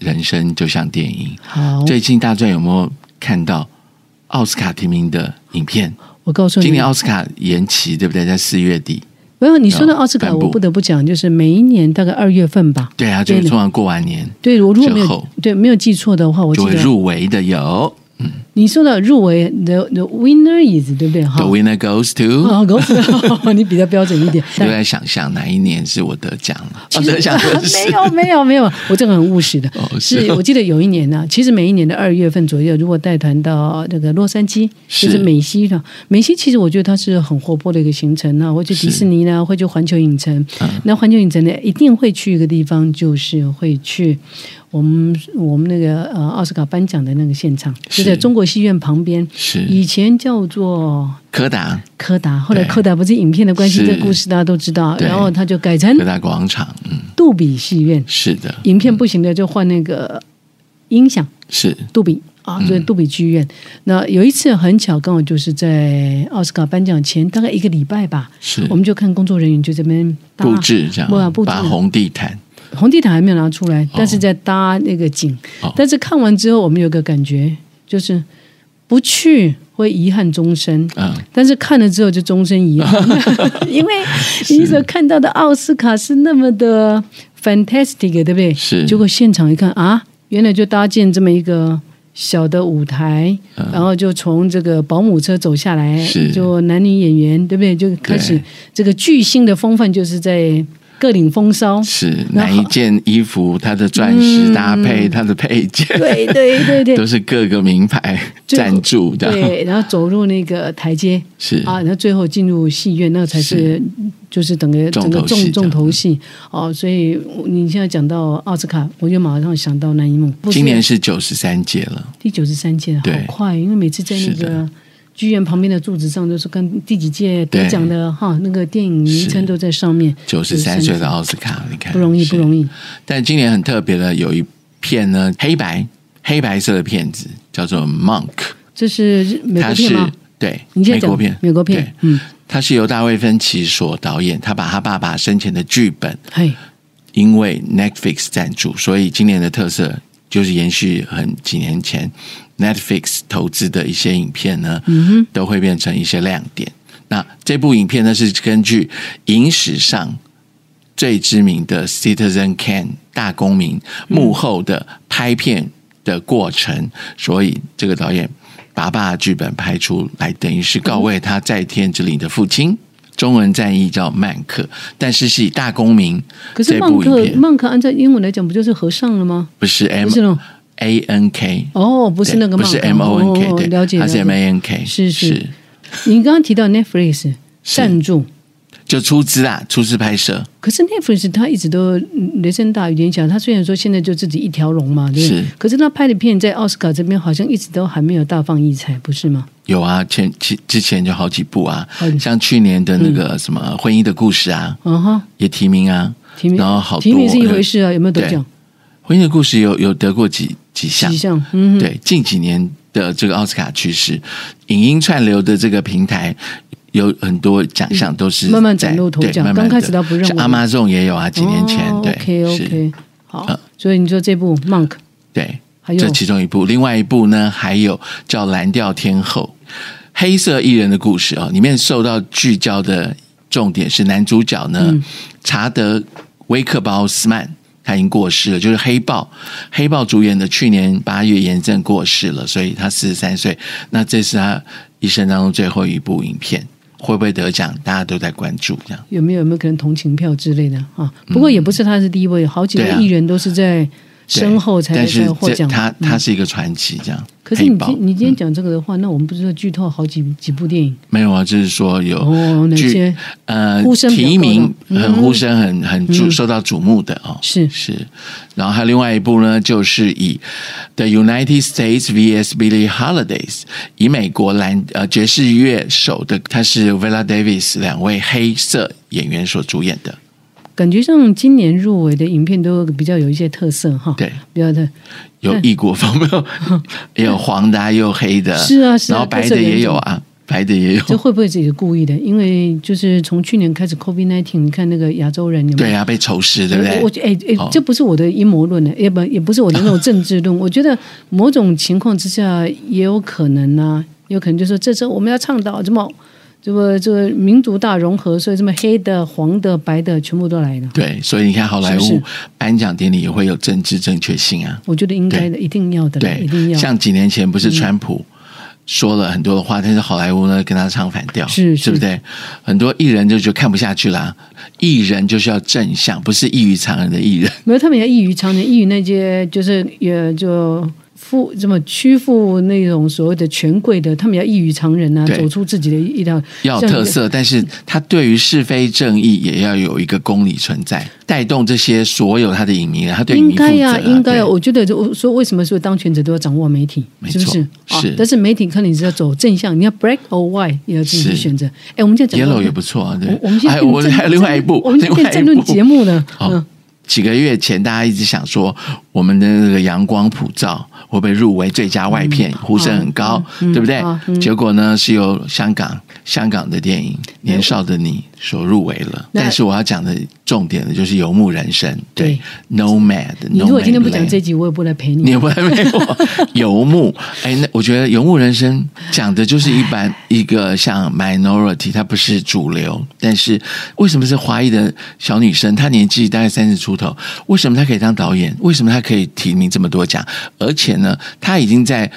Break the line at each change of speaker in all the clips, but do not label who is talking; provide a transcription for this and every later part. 人生就像电影。
好，
最近大家有没有看到奥斯卡提名的影片？
我告诉你，
今年奥斯卡延期，对不对？在四月底。
没有你说的奥斯卡，
啊颁布
我不得不讲，就是每一年大概二月份吧。
对啊，就是通常过完年
对，我如果没
之
有
后
对没有记错的话，我记
就会
得
入围的有
你说的入围 the the winner is 对不对哈
The？winner goes to。
啊，狗屎！ 你比较标准一点。
就在想象哪一年是 我得奖了？哦
其实
得奖的是
没有没有没有，我这个很务实的。
哦是
是我记得有一年呢、其实每一年的二月份左右，如果带团到那个洛杉矶，
是
就是美西的美西，其实我觉得它是很活泼的一个行程啊，或去迪士尼啦，或去环球影城。
嗯
那环球影城呢，一定会去一个地方，就是会去我们我们那个呃奥斯卡颁奖的那个现场，就是在中国戏院旁边，
是
以嗯前叫做
柯达
柯达，后来
对
柯达不是影片的关系，
是
这故事大家都知道，
对
然后他就改成
柯达广场，嗯，
杜比戏院，
是的，
影片不行的就换那个音响
是
杜比啊，就是
嗯
杜比剧院。那有一次很巧，刚好就是在奥斯卡颁奖前大概一个礼拜吧，
是
我们就看工作人员就这边搭
嗯布置这样
不啊，布置
把红地毯
红地毯还没有拿出来，但是在搭那个景。
哦
但是看完之后，我们有个感觉就是不去会遗憾终身。
嗯，
但是看了之后就终身遗憾， 因为你所看到的奥斯卡是那么的 fantastic，对不对？
是
结果现场一看啊，原来就搭建这么一个小的舞台，
嗯
然后就从这个保姆车走下来
是，
就男女演员，对不对？就开始
对
这个巨星的风范就是在各领风骚。
是哪
然后嗯
一件衣服，它的钻石搭配，它的配件，
对对对对，
都是各个名牌
最后
赞助的，
对，然后走入那个台阶
是
啊，然后最后进入戏院，那个才是就是整个
重
整个
头戏
重
这样嗯
重头戏哦。所以我你现在讲到奥斯卡，我就马上想到那一幕。不是
今年是九十三届了，
第九十三届，好
对
快，因为每次在那
是
个
的
剧院旁边的柱子上都是跟第几届
对
得奖的哈，那个电影名称
是
都在上面。
九十三岁的
93
奥斯卡，你看
不容易，不
易。
容易。
但今年很特别的，有一片呢黑白黑白色的片子，叫做《Monk》，
这是美
它
国
是
片吗？
对
你现在
美
讲
国片，
美国片
对，
嗯，
他是由大卫芬奇所导演，他把他爸爸生前的剧本，
嘿，
因为 Netflix 赞助，所以今年的特色就是延续很几年前 Netflix 投资的一些影片呢，
嗯
都会变成一些亮点。那这部影片呢是根据影史上最知名的 Citizen Kane 大公民
嗯
幕后的拍片的过程，所以这个导演把爸的剧本拍出来，等于是告慰他在天之灵的父亲。中文战译叫曼克，但是是以大公民
可是
这
曼
部影
克
片，
曼克按照英文来讲，不就是和尚了吗？
不是 M
不是那种
A N K，
哦，不
不
是那个
不
曼
是
克
M O N
哦
K，对，
了解，
他
了
是
解。
M A N K，
是是你刚刚提到 Netflix 赞助，
就出资啊，出资拍摄，
可是 Netflix 它一直都嗯雷声大雨点小，它虽然说现在就自己一条龙嘛，对不对
是
可是它拍的片在奥斯卡这边好像一直都还没有大放异彩，不是吗？
有啊，前之之前就好几部啊
嗯，
像去年的那个什么婚姻的故事啊，
嗯哈，
也提名啊，
提名
然后好多
提名是一回
呃
事啊，有没有得
对
奖？
婚姻的故事有有得过几几项
几？项？嗯，，
对，近几年的这个奥斯卡趋势，影音串流的这个平台。有很多奖项都是
慢慢
在
崭露头
对
角
慢慢
刚开始他不认为哦
阿妈众也有啊，几年前、对
OK
是
OK，好
嗯，
所以你说这部 Monk
对，
还有
这其中一部，另外一部呢还有叫《蓝调天后》，黑色艺人的故事啊、哦，里面受到聚焦的重点是男主角呢、
嗯
查德威克鲍斯曼。他已经过世了，就是黑豹，黑豹主演的去年八月炎症过世了，所以他四十三岁。那这是他一生当中最后一部影片，会不会得奖？大家都在关注这样。
有没有有没有可能同情票之类的啊？不过也不是他是第一位，好几
对
位
啊
艺人都是在
对
身后才
但是
才获
这
奖。嗯
他他是一个传奇这样。
可是你
黑豹
今你今天讲这个的话，那我们不是剧透好几几部电影
没有啊，就是说有
哦哪
剧
些
呃
呼声比较高的嗯
提名很呼声很很注受到瞩目的哦，
是
是。然后还有另外一部呢，就是以 The United States vs Billie Holidays，以美国蓝呃爵士乐手的，他是 Viola Davis 两位黑色演员所主演的，
感觉上今年入围的影片都比较有一些特色哈。
对，
比较的嗯
有异国风，没有也有黄的啊，也有黑的，
是啊是啊
然后白的也有啊，白的也有，
这会不会自己故意的？因为就是从去年开始 COVID nineteen，你看那个亚洲人有没
对
有？
啊，被仇视，对不对？
我觉哎哎
哦，
这不是我的阴谋论呢，也不也不是我的那种政治论。我觉得某种情况之下也有可能呢、也有可能就说这时候我们要倡导这么这么这个民族大融合，所以这么黑的、黄的、白的全部都来了。
对，所以你看好莱
是
坞
不是
颁奖典礼也会有政治正确性啊。
我觉得应该的，一定要的啦，
对
一定，要。嗯
像几年前不是川普说了很多的话，但是好莱坞呢跟他唱反调，
是
对不
是
对？很多艺人就就看不下去啦，艺人就是要正向，不是异于常人的艺 人。
没有，他们也异于常人，异于那些就是也就负这么屈服那种所谓的权贵的，他们也异于常人啊，
对
走出自己的一条
要有特。色，但是他对于是非正义也要有一个公理存在，带动这些所有他的影迷啊，他对影
应
迷负责、啊
该呀、应该呀、
对
我觉得就我说为什么说当权者都要掌握媒体
没，
是
错
不是？
是
啊，但是媒体看你是要走正向，你要 black or white，也要自己
是
去选择。哎，我们现在讲到
Yellow 也不错啊，对
我。我们现在
还有我
变
还有
政
另外一部，
我们现在
另外
变
一
争论
部
节目了。
哦
嗯，，
几个月前大家一直想说，我们的那个《阳光普照》会不会入围最佳外片，呼声很高，
嗯
对不对
啊？嗯
结果呢，是由香港香港的电影《年少的你》所入围了。
那
但是我要讲的重点呢，就是《游牧人生》对
对
《Nomad》。
你如果今天不讲这集，我也不来陪
你
你。
也不会没我游牧， 哎，那我觉得游牧人生讲的就是一般一个像 minority，它不是主流，但是为什么是华裔的小女生？她年纪大概三十出头，为什么她可以当导演？为什么她可以提名这么多奖？而且呢，她已经在。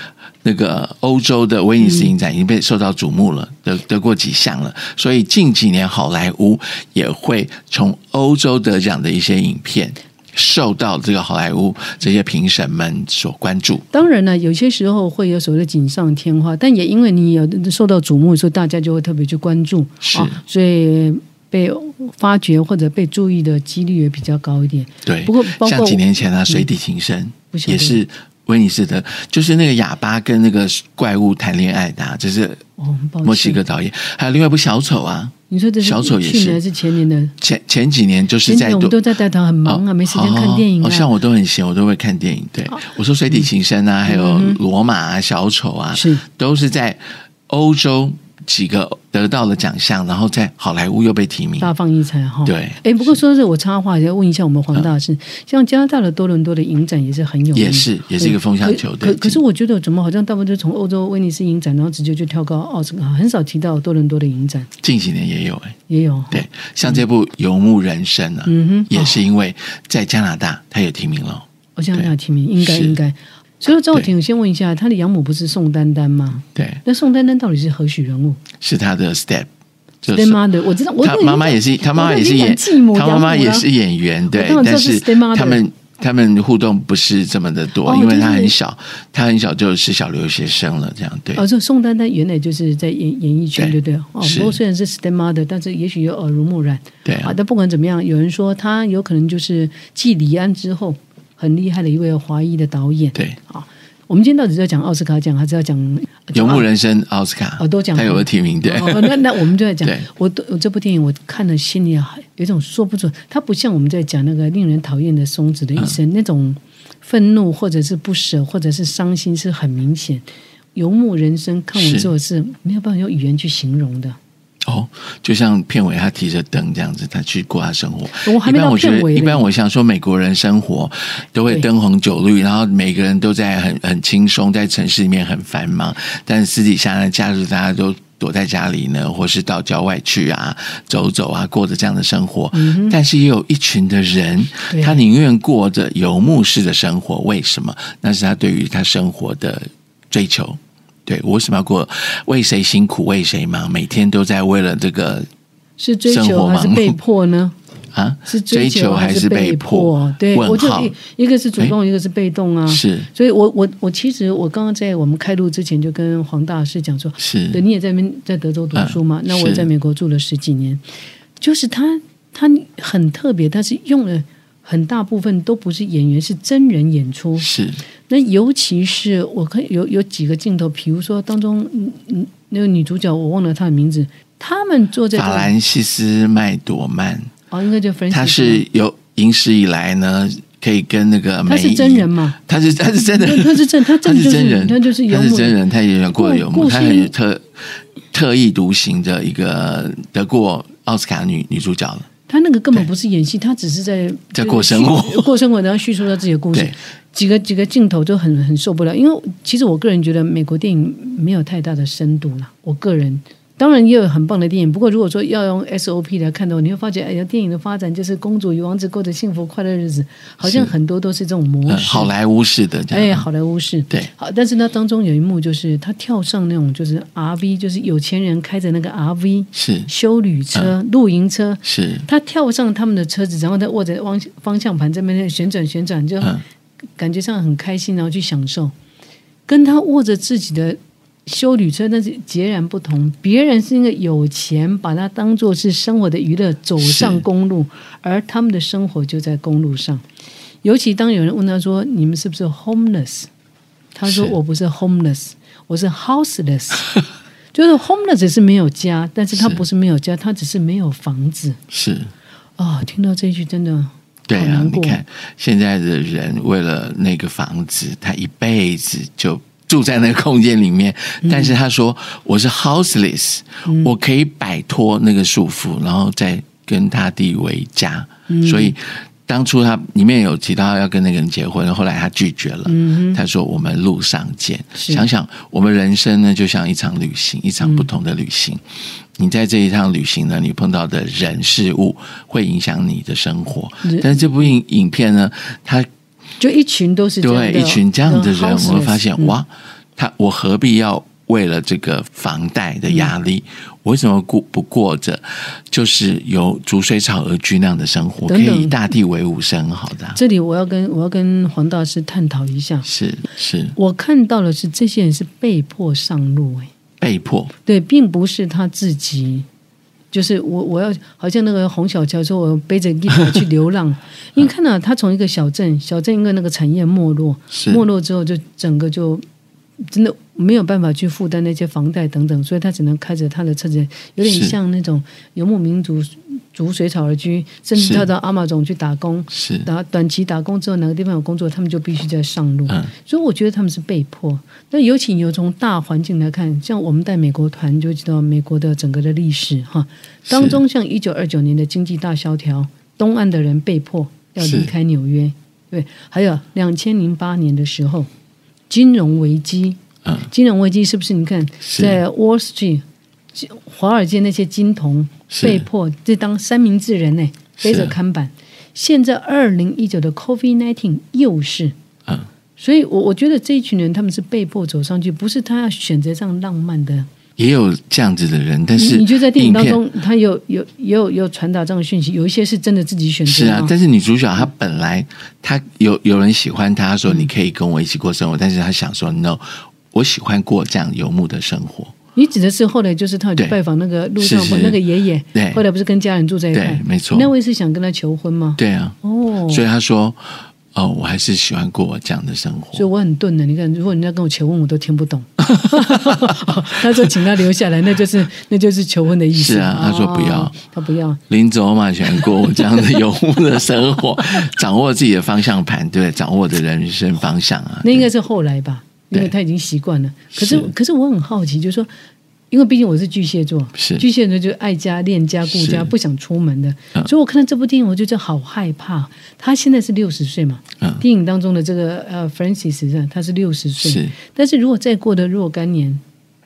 那个欧洲的威尼斯影展已经被受到瞩目了，得得过几项了，所以近几年好莱坞也会从欧洲得奖的一些影片受到这个好莱坞这些评审们所关注。
当然呢，有些时候会有所谓的锦上添花，但也因为你有受到瞩目，所以大家就会特别去关注，
是
啊，所以被发掘或者被注意的几率也比较高一点。
对，
不过包括嗯
像几年前啊，水底情深
不晓得
也是威尼斯的，就是那个哑巴跟那个怪物谈恋爱的、啊，这是
哦，很抱歉
墨西哥，导演，还有另外一部小丑啊，
你说这是
小丑也是
去年还是前年的？
前前几年就是
前
在
年我们
多
都在大堂很忙啊，没时间看电影
哦，
啊。
像我都很闲，我都会看电影。对，我说《水底情深》啊，还有《罗马》啊，《小丑》啊，
嗯是
都是在欧洲几个得到了奖项，然后在好莱坞又被提名。
大放异彩哈。
嗯对嗯
哎，不过说是我插话，要问一下我们黄大师，像加拿大的多伦多的影展也是很有名，
也是也是一个风向球
可可
对
可是我觉得怎么好像大部分都从欧洲威尼斯影展，然后直接就跳高奥斯卡，很少提到多伦多的影展
近几年也有哎、
也有。
对，像这部《游牧人生》啊，
嗯哼
也是因为在加拿大他也提名了。
我想
对
想提名应该
是
应该。所以说赵又廷，我先问一下，他的养母不是宋丹丹吗？
对，
那宋丹丹到底是何许人物？
是他的 step，就
对
是
妈的，我知道，我
他
都已经
妈妈也是，他妈妈也是
我都已
演
经讲继母，
他妈妈
养母
也
了
是演员，对
当，然知
但
道是
是
stepmother
他们他们互动不是这么的多，
哦
因为
就是
他很小，他很小就是小留学生了，这样对。
哦，这宋丹丹原来就是在演演艺圈，
对
对不对？哦，
是
不过虽然是 stepmother，但是也许有耳濡目染。
对啊
但不管怎么样，有人说他有可能就是继李安之后很厉害的一位华裔的导演。
对，
啊，我们今天到底是要讲奥斯卡奖，还是要讲
游牧人生奥斯卡
哦哦都讲
他有个提名， 对，
哦，那那我们就在讲
对，
我都我这部电影我看了，心里啊有一种说不准，它不像我们在讲那个令人讨厌的松子的一
嗯
生、那种愤怒或者是不舍或者是伤心是很明显。游牧人生看完
是
之后是没有办法用语言去形容的。
哦，就像片尾他提着灯这样子，他去过他生活。
我还没
一般
到
我觉
片
得，
尾嘞
一般我想说，美国人生活都会
对
灯红酒绿，然后每个人都在很很轻松，在城市里面很繁忙，但私底下呢，假日大家都。躲在家里呢，或是到郊外去啊，走走啊，过着这样的生活。但是也有一群的人，
嗯对
他宁愿过着游牧式的生活。为什么？那是他对于他生活的追求。对我为什么要过？为谁辛苦为谁忙？每天都在为了这个
是追
生
求
活
还是
忙碌
被迫呢？
啊，
是
追
求
还
是
被
迫？对，
问
我就
号哎
一一个是主动，一个是被动啊。
是
所以我我我其实我刚刚在我们开录之前就跟黄大师讲说，对，
是
你也在那边在德州读书嘛？
嗯
那我
是
在美国住了十几年，就是他他很特别，他是用了很大部分都不是演员，是真人演出。
是
那尤其是我看有有几个镜头，比如说当中嗯嗯那个女主角我忘了她的名字，他们坐在这
法
里
兰西斯麦朵曼，
哦，应该叫 f r a n c
他是有影史以来呢，可以跟那个
他
梅
是
姨
真人，嘛？
他是他是真
对
人，
他是真他
他
真的就是
真人，
他就是游
他
牧
是真人，他也演过
故
游牧，
故事
他很有特特立独行的一个得过奥斯卡女女主角了。
他那个根本不是演戏，他只是在
在过生活
就是叙呃过生活，然后叙述他自己的故事
对。
几个几个镜头就很很受不了，因为其实我个人觉得美国电影没有太大的深度啦。我个人当然也有很棒的电影，不过如果说要用 SOP 来看的话，你会发觉，哎呀，电影的发展就是公主与王子过着幸福快乐日子，好像
是
很多都是这种模
嗯，
式。
好莱坞式的这
哎，
样，
好莱坞是
对
好，但是呢，当中有一幕就是他跳上那种就是 RV，就是有钱人开着那个 RV
是嗯
修旅车、露营车，
是
他跳上他们的车子，然后再握着方方向盘这边旋转旋转，就
嗯
感觉上很开心，然后去享受。跟他握着自己的修旅车，那是截然不同。别人是因为有钱，把它当做是生活的娱乐，走上
是
公路，而他们的生活就在公路上。尤其当有人问他说：“你们是不是 homeless？” 他说：“
是
我不是 homeless，我 是 houseless。”就是 homeless 是没有家，但是他
是
不是没有家，他只是没有房子。
是，
哦，听到这一句真的
对
好
啊，
难
你
过。
看现在的人为了那个房子，他一辈子就住在那个空间里面。
嗯
但是他说我是 houseless，、我可以摆脱那个束缚，然后再跟他弟为家。
嗯
所以当初他里面有提到要跟那个人结婚，后来他拒绝了。他说我们路上见。
嗯是
想想我们人生呢，就像一场旅行，一场不同的旅行。你在这一趟旅行呢，你碰到的人事物会影响你的生活
是。
但是这部影影片呢，它
就一群都是这
对
样的
一群这样的人，我会发现、
houseless，嗯
哇，他我何必要为了这个房贷的压力，我为什么过不过着就是由逐水草而居那样的生活？
等等
可以以大地为伍是很好的啊、
这里我要跟我要跟黄大师探讨一下，
是是
我看到的是这些人是被迫上路、哎，
被迫
对，并不是他自己。就是我，我要好像那个洪小乔说，我背着吉他去流浪， 因为看到他从一个小镇，小镇因为那个产业没落，
是
没落之后，就整个就真的没有办法去负担那些房贷等等，所以他只能开着他的车子，有点
是
像那种游牧民族逐水草而居，甚至
是
跳到阿玛总去打工。
是
打短期打工之后，哪个地方有工作，他们就必须在上路。
嗯
所以我觉得他们是被迫。那尤其你又从大环境来看，像我们带美国团就知道美国的整个的历史哈，当中像一九二九年的经济大萧条，东岸的人被迫要离开纽约，对，还有两千零八年的时候金融危机，
嗯
金融危机是不是？你看
是
在 Wall Street。华尔街那些金童
是
被迫这当三明治人呢、背着
是
看板。现在二零一九的 COVID nineteen 又是，
嗯
所以我我觉得这一群人他们是被迫走上去，不是他要选择这样浪漫的。
也有这样子的人，但
你
是
你觉得在电影当
片
中，他有有也有有传达这样的讯息，有一些是真的自己选择
是啊
嘛，
但是女主角她本来她有有人喜欢她，她
嗯
说你可以跟我一起过生活，但是她想说 no，我喜欢过这样游牧的生活。
你指的是后来就是他有去
对
拜访那个路上
是是
那个爷爷
对，
后来不是跟家人住在一块
对，没错
那位是想跟他求婚吗？
对啊，
哦，
所以她说哦，我还是喜欢过我这样的生
所以
活。
我很钝的，你看，如果人家跟我求婚，我都听不懂。 他说请他留下来，那就是那就是求婚的意思。
是啊他说不要
哦他不要。
临走马前过我这样的游牧的生活， 掌握自己的方向盘，对不对，掌握我的人生方向啊。
那应该
对
是后来吧，因
对
为他已经习惯了。可是
是，
可是我很好奇，就是说，因为毕竟我是巨蟹座，
是
巨蟹座就爱家、恋家、顾家，
是
不想出门的。
嗯
所以我看到这部电影，我就觉得好害怕。他现在是六十岁嘛，
嗯
电影当中的这个呃 Francis 他是六十岁，
是
但是如果再过的若干年，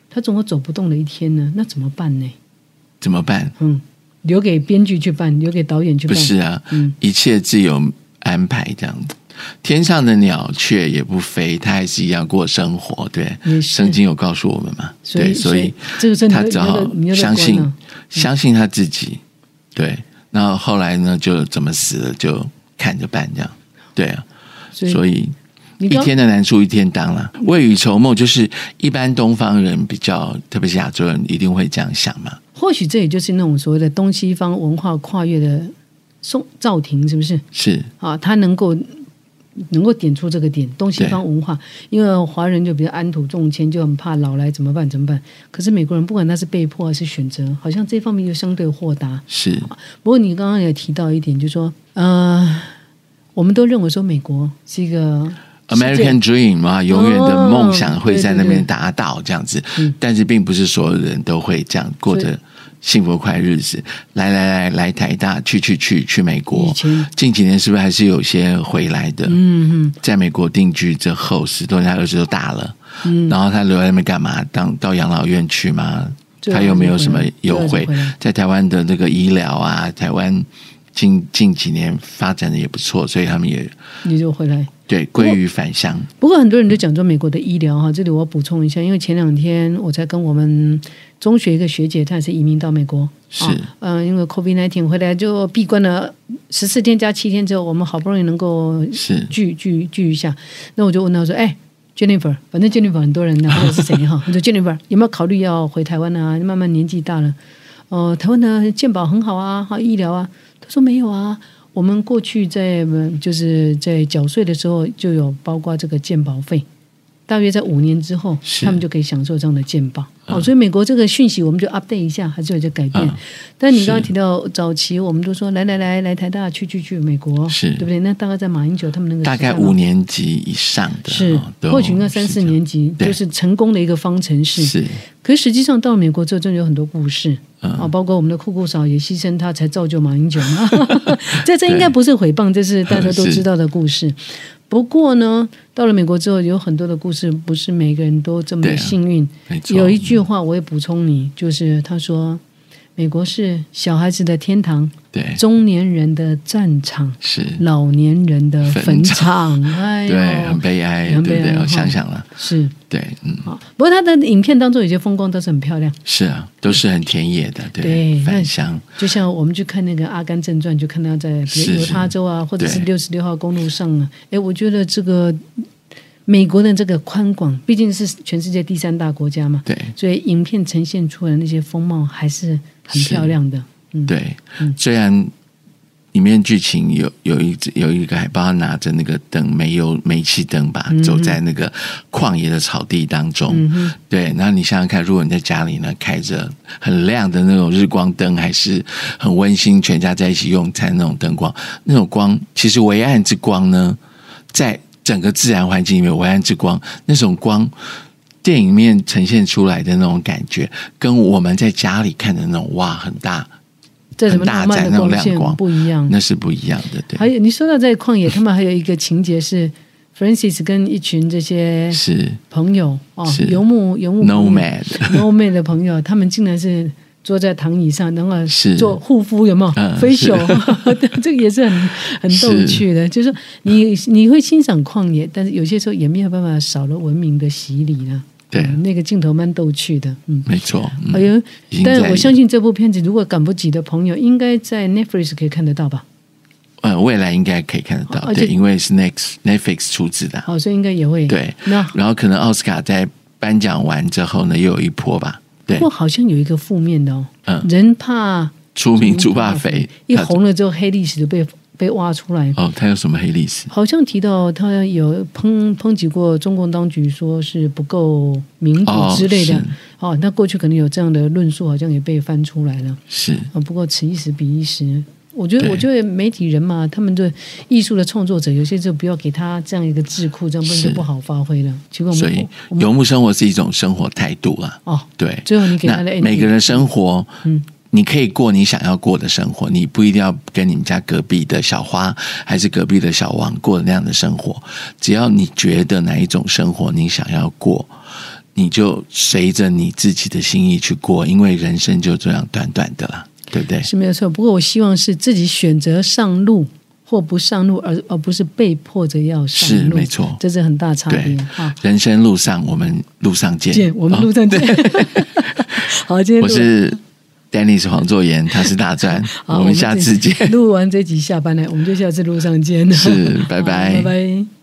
他总有走不动的一天呢，那怎么办呢？
怎么办？
嗯，留给编剧去办，留给导演去
不
办。
是啊，
嗯
一切自有安排这样子。天上的鸟雀也不飞，它还是一样过生活。对
也，是
圣经有告诉我们嘛？
所以
对，
所
所
以
以
这个真的啊
他只好
你又在
相信
关了嗯
相信他自己。对，然后后来呢，就怎么死了就看着办这样。对啊，
所以
所以
你
一
刚
天的难处一天当了。未雨绸缪就是一般东方人比较，特别是亚洲人一定会这样想嘛。
或许这也就是那种所谓的东西方文化跨越的宋赵婷，是不是？
是
啊，他能够能够点出这个点，东西方文化，因为华人就比较安土重迁，就很怕老来怎么办怎么办。可是美国人不管他是被迫还是选择，好像这方面又相对豁达。
是
不过你刚刚也提到一点，就是说呃，我们都认为说美国是一个
American Dream 啊，永远的梦想会在那
对对
边
哦对嗯
达到这样子，但是并不是所有人都会这样过着幸福快日子。来来来来台大，去去去去美国
以前，
近几年是不是还是有些回来的？嗯嗯，在美国定居之后，十多年他儿子都大了，嗯，然后他留在那边干嘛？当到养老院去吗？
对啊啊
他又没有什么优
就回
惠
来就回来，
在台湾的那个医疗啊，台湾近近几年发展的也不错，所以他们也
你就回来。
对归于返乡。
不过很多人都讲说美国的医疗哈，这里我要补充一下，因为前两天我才跟我们中学一个学姐，她也是移民到美国，
是
啊嗯、因为 COVID 1 9回来就闭关了十四天加七天之后，我们好不容易能够
是
聚聚聚一下，那我就问她说，哎。Jennifer，反正 Jennifer 很多人呢，或者是谁哈， 我说 Jennifer 有没有考虑要回台湾啊？慢慢年纪大了，呃，台湾的健保很好啊，好医疗啊。他说没有啊，我们过去在嗯就是在缴税的时候就有包括这个健保费，大约在五年之后，
是
他们就可以享受这样的健保。哦，所以美国这个讯息我们就 update 一下，还是有一些改变。
嗯
但你刚刚提到早期，我们都说来来来来台大去去去美国，
是
哦对不对？那大概在马英九他们那个
大
时代
概
嘛
五年级以上的，
是
哦，都
或许应该三四年级，
对
就是成功的一个方程式。
是
可是实际上到了美国之后，真的有很多故事。
嗯
啊，包括我们的酷酷嫂也牺牲她才造就马英九 嘛，这这应该不是诽谤，这是大家都知道的故事。不过呢，到了美国之后，有很多的故事不是每个人都这
对
么
啊
幸运。
没错。
有一句话我也补充你，就是他说，美国是小孩子的天堂，
对
中年人的战场，
是，
老年人的
坟
坟场。哎呦，
对，很悲哀，
很
对
悲
不对？
哀
我
哈
想想了，
是
对，嗯，
啊。不过他的影片当中有些风光倒是很漂亮。
是啊，都是很田野的，
对那
返乡
就像我们去看那个《阿甘正传》，就看到在比
是
如犹他州啊，或者是
对
六十六号公路上啊，哎，我觉得这个美国的这个宽广，毕竟是全世界第三大国家嘛，
对
所以影片呈现出来的那些风貌还是很漂亮的。嗯，
对，虽然里面剧情有有一只有一个海报，他拿着那个灯，煤油煤气灯吧，
嗯
走在那个旷野的草地当中。对，那你想想看，如果你在家里呢，开着很亮的那种日光灯，还是很温馨，全家在一起用餐那种灯光，那种光，其实微暗之光呢，在整个自然环境里面，微暗之光那种光。电影里面呈现出来的那种感觉，跟我们在家里看的那种哇很大
在什么
很大
浪漫
盏
的
那种
光
亮
线
光
不一样。
那是不一样的，对，
还有你说到在旷野，他们还有一个情节是 Francis 跟一群这些
是
朋友哦
是，
游牧游牧朋友
nomad，
No 妹的朋友，他们竟然是坐在躺椅上，然后
是
做护肤，有没有？
嗯
飞
是
手，这个也是很很
是
逗趣的。就是说你你会欣赏旷野，但是有些时候也没有办法少了文明的洗礼了。
对
嗯那个镜头蛮逗趣的，嗯。
没错，嗯
哎呦
已经！
但
在
我相信这部片子，如果赶不及的朋友，应该在 Netflix 可以看得到吧？
呃，未来应该可以看得到，
而且
对，因为是 Next Netflix 出资的，
哦好，哦所以应该也会
对，
那
然后可能奥斯卡在颁奖完之后呢，又有一波吧，对
不过，好像有一个负面的哦，
嗯
人怕
出名猪爸肥，
嗯一
他
红了之后，黑历史就被被挖出来。
哦，他有什么黑历史？
好像提到他有抨抨击过中共当局，说是不够民主之类的
哦。
哦，那过去可能有这样的论述，好像也被翻出来了。
是
啊，不过此一时彼一时，我觉得
对
我觉得媒体人嘛，他们对艺术的创作者，有些就不要给他这样一个智库，这样不然
是
就不好发挥了。结果我
所
们
以游牧生活是一种生活态度啊，
哦，
对，
最后你给
那
他的嗯 ending
每个人生活，你可以过你想要过的生活，你不一定要跟你们家隔壁的小花还是隔壁的小王过的那样的生活。只要你觉得哪一种生活你想要过，你就随着你自己的心意去过，因为人生就这样短短的啦，对不对？
是没有错。不过我希望是自己选择上路或不上路，而而不是被迫着要上
是
路，
没错
这是很大差别
对哎
啊。，
人生路上我们路上见，哦
见，我们路上见。 好，今天
啊我
录
是 Dennis 黄作言，他是大战，
好
我们下次见，
录完这集下班了，我们就下次路上见。
是，拜
好拜拜。